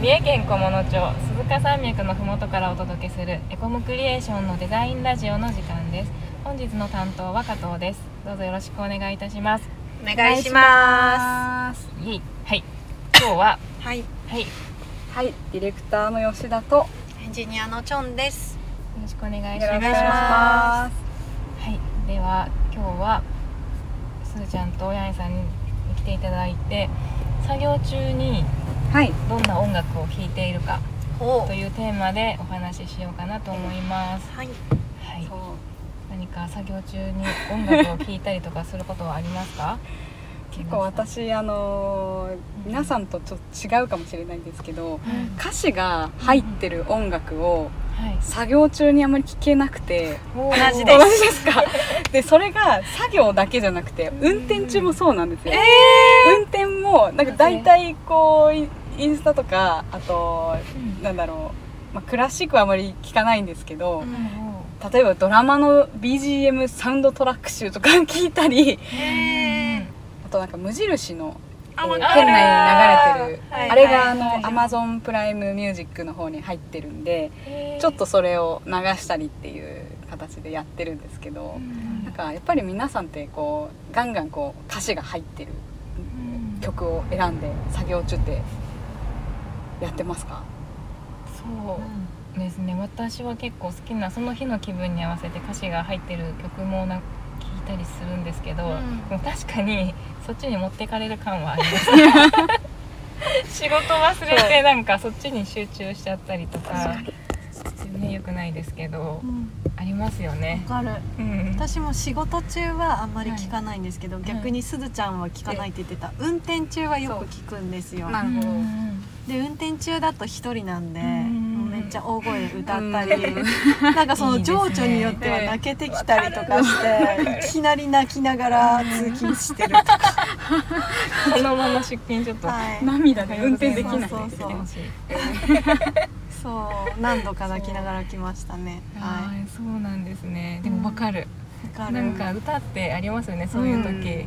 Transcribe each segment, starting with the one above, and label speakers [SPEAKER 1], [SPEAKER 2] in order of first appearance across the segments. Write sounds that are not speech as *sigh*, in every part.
[SPEAKER 1] 三重県菰野町鈴鹿山脈のふもとからお届けするエコムクリエーションのデザインラジオの時間です本日の担当は加藤ですどうぞよろしくお願いいたします
[SPEAKER 2] お願いしま
[SPEAKER 1] イエイはい今日は
[SPEAKER 2] す。はい、
[SPEAKER 1] はいよ
[SPEAKER 3] はい、ディレクターの吉田とよ
[SPEAKER 2] エンジニアのチョンです。
[SPEAKER 1] ろしくお願いし
[SPEAKER 3] ろしく
[SPEAKER 1] ま
[SPEAKER 3] お
[SPEAKER 1] す
[SPEAKER 3] 願いしま
[SPEAKER 1] はいでは今日はすーちゃんとやんさんに来ていただいて作業中に
[SPEAKER 3] す。はい、
[SPEAKER 1] どんな音楽を聴いているか
[SPEAKER 2] お
[SPEAKER 1] というテーマでお話ししようかなと思います、
[SPEAKER 2] はい。
[SPEAKER 1] はい
[SPEAKER 3] そう、
[SPEAKER 1] 何か作業中に音楽を聴いたりとかすることはありますか
[SPEAKER 3] 結構私あのー皆さんとちょっと違うかもしれないんですけ
[SPEAKER 1] う
[SPEAKER 3] ど、
[SPEAKER 1] ん
[SPEAKER 3] 歌詞が入ってる音楽を
[SPEAKER 1] はい
[SPEAKER 3] 作業中にあまり聞けなくて。
[SPEAKER 2] 同じ
[SPEAKER 3] 同
[SPEAKER 2] で
[SPEAKER 3] じですか *laughs* でそれが作業だけじゃなくて運転中もそうなんですよ、運転もなんか大体こうイインスタとかあとなんだろう、まあ、クラシックはあまり聞かないんですけど、
[SPEAKER 2] うん
[SPEAKER 3] 例えばドラマの BGM サウンドトラック集とか聞いたり *laughs*
[SPEAKER 2] え
[SPEAKER 3] あとなんか無印のえー
[SPEAKER 2] あわ
[SPEAKER 3] 店
[SPEAKER 2] かる
[SPEAKER 3] 内に流れてる
[SPEAKER 2] はい
[SPEAKER 3] あれがあの
[SPEAKER 1] はい
[SPEAKER 3] Amazon プライムミュージックの方に入ってるんでちょっとそれを流したりっていう形でやってるんですけどなんかやっぱり皆さんってこうガンガンこう歌詞が入ってる曲を選んで作業中ってやってますか
[SPEAKER 1] そうですね私は結構好きなその日の気分に合わせて歌詞が入ってる曲もな聴いたりするんですけど、
[SPEAKER 2] うん
[SPEAKER 1] でも確かにそっちに持ってかれる感はあります仕事忘れてなんかそっちに集中しちゃったりとかね良くないですけどありますよね、
[SPEAKER 4] わかる
[SPEAKER 1] うん、
[SPEAKER 4] 私も仕事中はあんまり聞かないんですけど、逆にすずちゃんは聞かないって言ってた運転中はよく聞くんですよ
[SPEAKER 3] なるほど
[SPEAKER 4] で運転中だと一人なんで
[SPEAKER 1] うん
[SPEAKER 4] めっちゃ大声で歌った
[SPEAKER 3] う
[SPEAKER 4] り
[SPEAKER 3] ん
[SPEAKER 4] *laughs* なんかそ
[SPEAKER 1] いい
[SPEAKER 4] の
[SPEAKER 1] ですね
[SPEAKER 4] 情緒によっては泣けてきたりとかしていきなり泣きながら通勤してるとか
[SPEAKER 1] そのまま出勤ちょっと、
[SPEAKER 4] はい
[SPEAKER 3] 涙で運転できない
[SPEAKER 4] そうそうそう
[SPEAKER 1] 楽しい
[SPEAKER 4] *laughs* そう何度か泣きながら来ましたね
[SPEAKER 1] あ
[SPEAKER 4] は
[SPEAKER 1] ーそうなんですねでもわかる、
[SPEAKER 4] いわか
[SPEAKER 1] な
[SPEAKER 4] る
[SPEAKER 1] んか歌ってありますよねそういう時、
[SPEAKER 3] うん
[SPEAKER 1] ね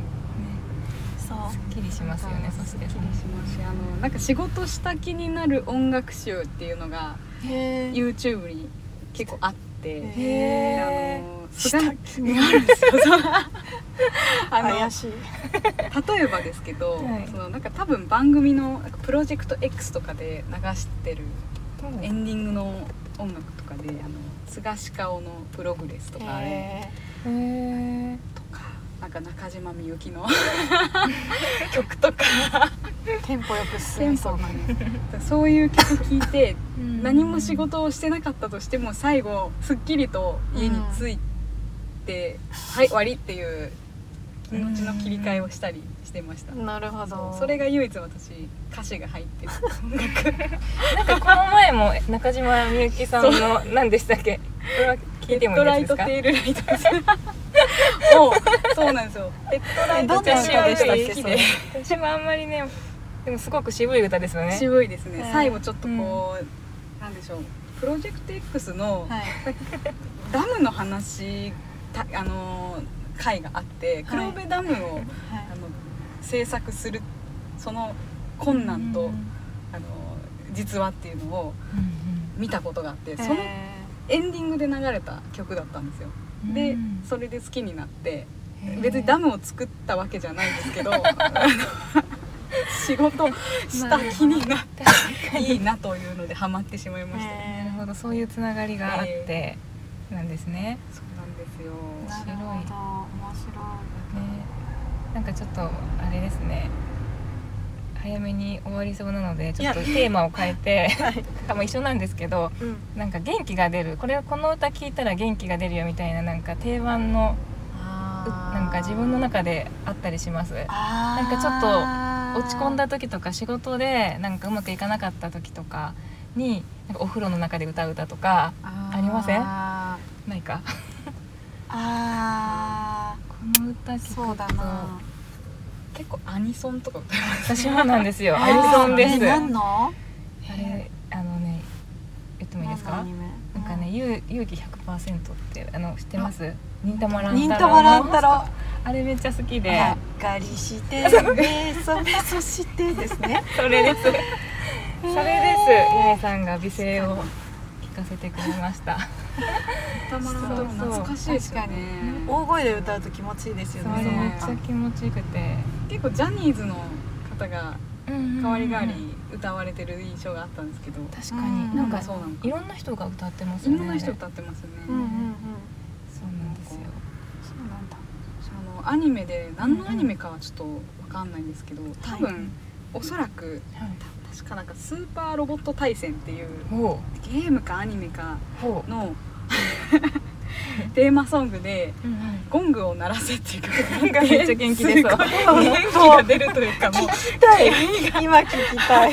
[SPEAKER 4] そう
[SPEAKER 1] すっきりしますよねそして
[SPEAKER 3] 気にしますしあのなんか仕事した気になる音楽集っていうのが
[SPEAKER 4] へー
[SPEAKER 3] YouTube に結構あって、
[SPEAKER 4] へ
[SPEAKER 3] で
[SPEAKER 4] え
[SPEAKER 3] あの菅
[SPEAKER 4] 下
[SPEAKER 3] あ
[SPEAKER 4] 気に
[SPEAKER 3] るんですよそう *laughs* あ
[SPEAKER 4] 怪しい
[SPEAKER 3] の例えばですけど、
[SPEAKER 1] はい
[SPEAKER 3] そのなんか多分番組のなんかプロジェクト X とかで流してるエンディングの音楽とかで「あの菅鹿尾のプログレス」とかあれ
[SPEAKER 4] へ
[SPEAKER 1] へえ
[SPEAKER 3] とかなんか中島みゆきの *laughs* 曲とか
[SPEAKER 4] ーテンポよく進みそうなね
[SPEAKER 3] そういう曲聴いて何も仕
[SPEAKER 1] 事
[SPEAKER 3] 事をしてなかったとしても最後すっきりと家に着いて、はい終わりっていう気持ちの切り替えをしたりしてました、
[SPEAKER 4] なるほど。
[SPEAKER 3] それが唯一私歌詞が入ってる音楽
[SPEAKER 1] なんかこの前も *laughs* 中島みゆきさんの何でしたっけこれは *laughs* 聞いてもい
[SPEAKER 3] ド
[SPEAKER 1] いや
[SPEAKER 3] ラ
[SPEAKER 1] つ
[SPEAKER 3] イ
[SPEAKER 1] です
[SPEAKER 3] ト
[SPEAKER 1] か
[SPEAKER 3] テールライ
[SPEAKER 1] *laughs*
[SPEAKER 3] トをそうなんですよペットライトテールライトが好きで
[SPEAKER 1] 私もあんまりねでもすごく渋い歌ですよね
[SPEAKER 3] 渋いですね、
[SPEAKER 4] うん
[SPEAKER 3] 最後ちょっとこう、なんでしょうプロジェクト X の、
[SPEAKER 4] はい。
[SPEAKER 3] ダムの話たあのー会があって黒部ダムを、あの制作するその困難と、あのー実話っていうのを見たことがあってそのエンディングで流れた曲だったんですよ。でそれで好きになって別にダ
[SPEAKER 1] ム
[SPEAKER 3] ムを作ったわけじゃないんです
[SPEAKER 1] *laughs*
[SPEAKER 3] けどあの仕事した気になっていいなというのでハマってしまいました。
[SPEAKER 1] なるほどそういうつながりがあってなんですね
[SPEAKER 3] そうなんですよ
[SPEAKER 1] な
[SPEAKER 4] なるほど。面白
[SPEAKER 1] ねなんかちょっとあれですね早めに終わりそうなのでちょっとテーマを変え
[SPEAKER 4] *laughs*
[SPEAKER 1] て、多分一緒なんですけど
[SPEAKER 4] い。うん。
[SPEAKER 1] なんか元気が出るこれこの歌聴いたら元気が出るよみたいななんか定番のうなんか自分の中であったりします
[SPEAKER 4] あ
[SPEAKER 1] なんかちょっ
[SPEAKER 4] と
[SPEAKER 1] 落ち込ん。だ時とか仕事でなんかうまくいかなかった時とかになんかお風呂の中で歌う歌とか
[SPEAKER 3] あ
[SPEAKER 1] ありません
[SPEAKER 3] あ
[SPEAKER 1] ないか
[SPEAKER 4] あ
[SPEAKER 1] この歌
[SPEAKER 4] あ。
[SPEAKER 1] 聞くと
[SPEAKER 4] そうだな。
[SPEAKER 3] ー結構アニソンとか歌います
[SPEAKER 1] 私もなんですよ
[SPEAKER 4] あー
[SPEAKER 1] アニソンです
[SPEAKER 4] え何の？
[SPEAKER 1] あれあのね言ってもいいですか
[SPEAKER 4] 何のアニメ
[SPEAKER 1] なんかね、。ゆう勇気100%ってあの知ってます忍たま乱
[SPEAKER 4] 忍
[SPEAKER 1] 太
[SPEAKER 4] た
[SPEAKER 1] 郎
[SPEAKER 4] ま乱
[SPEAKER 1] の
[SPEAKER 4] 太郎。
[SPEAKER 1] あれめっちゃ好きで、
[SPEAKER 4] がっかりして、めそめそしてですね。
[SPEAKER 1] それですそれですゆめさんが美声を聞かせてくれました
[SPEAKER 3] たまらんとも懐かしいですよね
[SPEAKER 4] 大声で歌うと気持ちいいですよ
[SPEAKER 1] それめ
[SPEAKER 3] う
[SPEAKER 4] ね
[SPEAKER 1] っちゃ気持ちよくて
[SPEAKER 3] 結構ジャニーズの方が
[SPEAKER 1] 代
[SPEAKER 3] 代わり代わり歌われてる印象があったんですけど、
[SPEAKER 1] 確かに、
[SPEAKER 4] うん
[SPEAKER 1] な
[SPEAKER 3] なんん
[SPEAKER 1] か
[SPEAKER 3] かそうなのか
[SPEAKER 1] いろんな人が歌ってます
[SPEAKER 3] い
[SPEAKER 1] よ
[SPEAKER 3] ろ
[SPEAKER 1] ね
[SPEAKER 3] んな人歌ってますよね、
[SPEAKER 4] うんうんうん
[SPEAKER 1] そうなんですよ
[SPEAKER 4] そうなんだ
[SPEAKER 3] あのアニメで何のアニメかはちょっとわかんないんですけど多分、
[SPEAKER 4] はい
[SPEAKER 3] おそらく
[SPEAKER 1] はい
[SPEAKER 3] 確かなんかスーパーロボット対戦っていう
[SPEAKER 1] ほ
[SPEAKER 3] ゲームかアニメか
[SPEAKER 1] うほう
[SPEAKER 3] のテーマソングで
[SPEAKER 1] うんうん
[SPEAKER 3] 「ゴングを鳴らせ」っていう曲
[SPEAKER 1] が
[SPEAKER 3] が
[SPEAKER 1] めっちゃ元気出そう
[SPEAKER 3] すごい元気が出るというかもう
[SPEAKER 4] 聞きたい *laughs* 今聞き
[SPEAKER 1] *laughs*
[SPEAKER 4] たい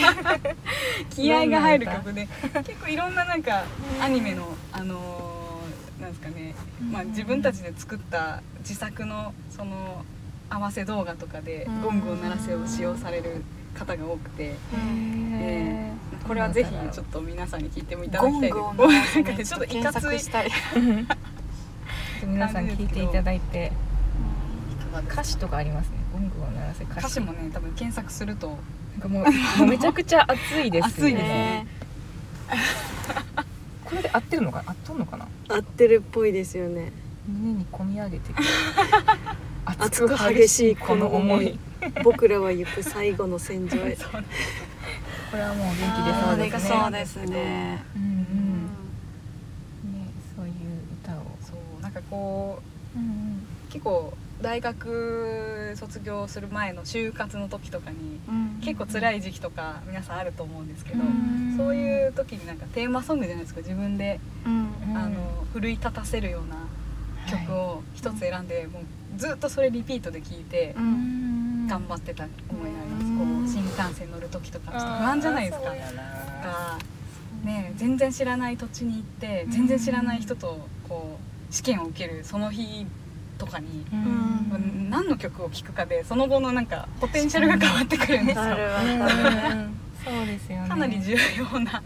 [SPEAKER 4] *laughs*
[SPEAKER 3] 気合が入る曲で結構いろんななんかアニメのあのーなんですかね、まあ、自分たちで作った自作のその合わせ動画とかでゴングを鳴らせを使用される方が多くて。
[SPEAKER 1] へ
[SPEAKER 3] これはぜひちょっと皆さんに聞いてもいただ
[SPEAKER 4] ゴ
[SPEAKER 3] き
[SPEAKER 4] ン
[SPEAKER 3] たい
[SPEAKER 4] グを
[SPEAKER 3] ゴン
[SPEAKER 4] 鳴
[SPEAKER 3] グなん
[SPEAKER 4] ら
[SPEAKER 3] か
[SPEAKER 4] せ
[SPEAKER 3] *laughs* ちょっとい
[SPEAKER 4] 検
[SPEAKER 3] かつ
[SPEAKER 4] 索
[SPEAKER 3] い
[SPEAKER 4] したい
[SPEAKER 1] ー皆さん聞いていただいて歌詞とかありますねゴングを鳴らせ歌詞
[SPEAKER 3] 歌詞もね多分検索すると
[SPEAKER 1] なんかもうもうめちゃくちゃ熱いです
[SPEAKER 3] 熱いで
[SPEAKER 4] *laughs*
[SPEAKER 3] す
[SPEAKER 4] ね
[SPEAKER 1] これで合ってるのかな合っとんのかな
[SPEAKER 4] 合ってるっぽいですよね
[SPEAKER 1] 胸に込み上げてくる
[SPEAKER 4] 熱く激しいこの思い
[SPEAKER 1] こ
[SPEAKER 4] 僕らは行く最後の戦場へ
[SPEAKER 1] これはもう元
[SPEAKER 4] あー
[SPEAKER 1] 気
[SPEAKER 4] なん
[SPEAKER 1] で
[SPEAKER 4] か
[SPEAKER 1] そ
[SPEAKER 4] そうう
[SPEAKER 1] で
[SPEAKER 4] です
[SPEAKER 1] ね
[SPEAKER 4] すね
[SPEAKER 1] うんうんねそういう歌を
[SPEAKER 3] そうなんかこう
[SPEAKER 1] うん
[SPEAKER 3] 結構大学卒業する前の就活の時とかに結構辛い時期とか皆さんあると思うんですけど、
[SPEAKER 1] うん
[SPEAKER 3] そういう時になんかテーマソングじゃないですか自分で、
[SPEAKER 4] うん
[SPEAKER 1] うん
[SPEAKER 3] あの奮い立たせるような曲
[SPEAKER 1] はい
[SPEAKER 3] を一つ選んで、もうずっとそれリピートで聴いて
[SPEAKER 4] う
[SPEAKER 1] うんん
[SPEAKER 3] 頑張ってた思いがあります、
[SPEAKER 4] うん
[SPEAKER 3] こう新幹線乗る時とかちょっと
[SPEAKER 1] あー
[SPEAKER 3] 不安じゃないですか
[SPEAKER 1] そう。やな
[SPEAKER 3] がね、全然知らない土地に行って全然知らない人とこう試験を受けるその日とかに、
[SPEAKER 1] うん
[SPEAKER 4] う
[SPEAKER 3] 何の曲を聴くかでその後のなんかポテンシャルが変わってくるんですよ。
[SPEAKER 4] あるわ
[SPEAKER 1] うん
[SPEAKER 4] かる
[SPEAKER 1] *laughs* そうですよね
[SPEAKER 3] かなり重要な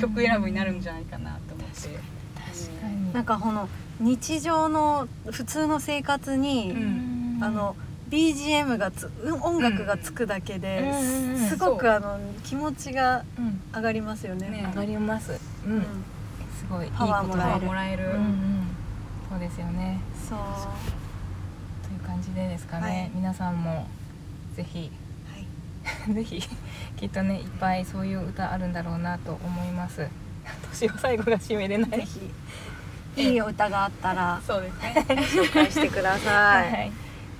[SPEAKER 3] 曲選ぶになるんじゃないかなと思って。
[SPEAKER 1] 確かに
[SPEAKER 4] なんかこの日常の普通の生活に、
[SPEAKER 1] うん
[SPEAKER 4] あの BGM がつ音楽がつくだけで、
[SPEAKER 1] うん
[SPEAKER 4] すご
[SPEAKER 3] そう
[SPEAKER 4] くあの気持ちが
[SPEAKER 1] うん
[SPEAKER 4] 上がりますよね。
[SPEAKER 3] ね
[SPEAKER 1] 上がりますう
[SPEAKER 4] うんん、
[SPEAKER 1] すごいいい
[SPEAKER 4] パワー
[SPEAKER 1] こ
[SPEAKER 4] も
[SPEAKER 1] と
[SPEAKER 4] らえ
[SPEAKER 1] だ
[SPEAKER 4] る
[SPEAKER 3] もらえる、
[SPEAKER 1] うんうんそうですよね
[SPEAKER 4] そう、は
[SPEAKER 1] という感じでですかね、
[SPEAKER 4] はい
[SPEAKER 1] 皆さんもぜひ *laughs*
[SPEAKER 4] い、
[SPEAKER 1] ぜひきっとねいっぱいそういう歌あるんだろうなと思います *laughs* 年を最後が締めれない
[SPEAKER 4] ぜひいいお歌があったら
[SPEAKER 3] そうですね。
[SPEAKER 4] 紹介してください。
[SPEAKER 1] はい、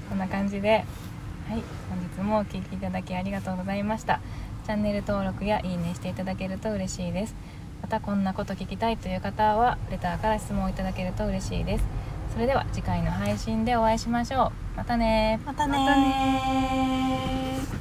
[SPEAKER 1] こんな感じで、はい、本日もお聞きいただきありがとうございました。チャンネル登録やいいねしていただけると嬉しいです。またこんなこと聞きたいという方はレターから質問をいただけると嬉しいです。それでは次回の配信でお会いしましょう。またね
[SPEAKER 4] またねー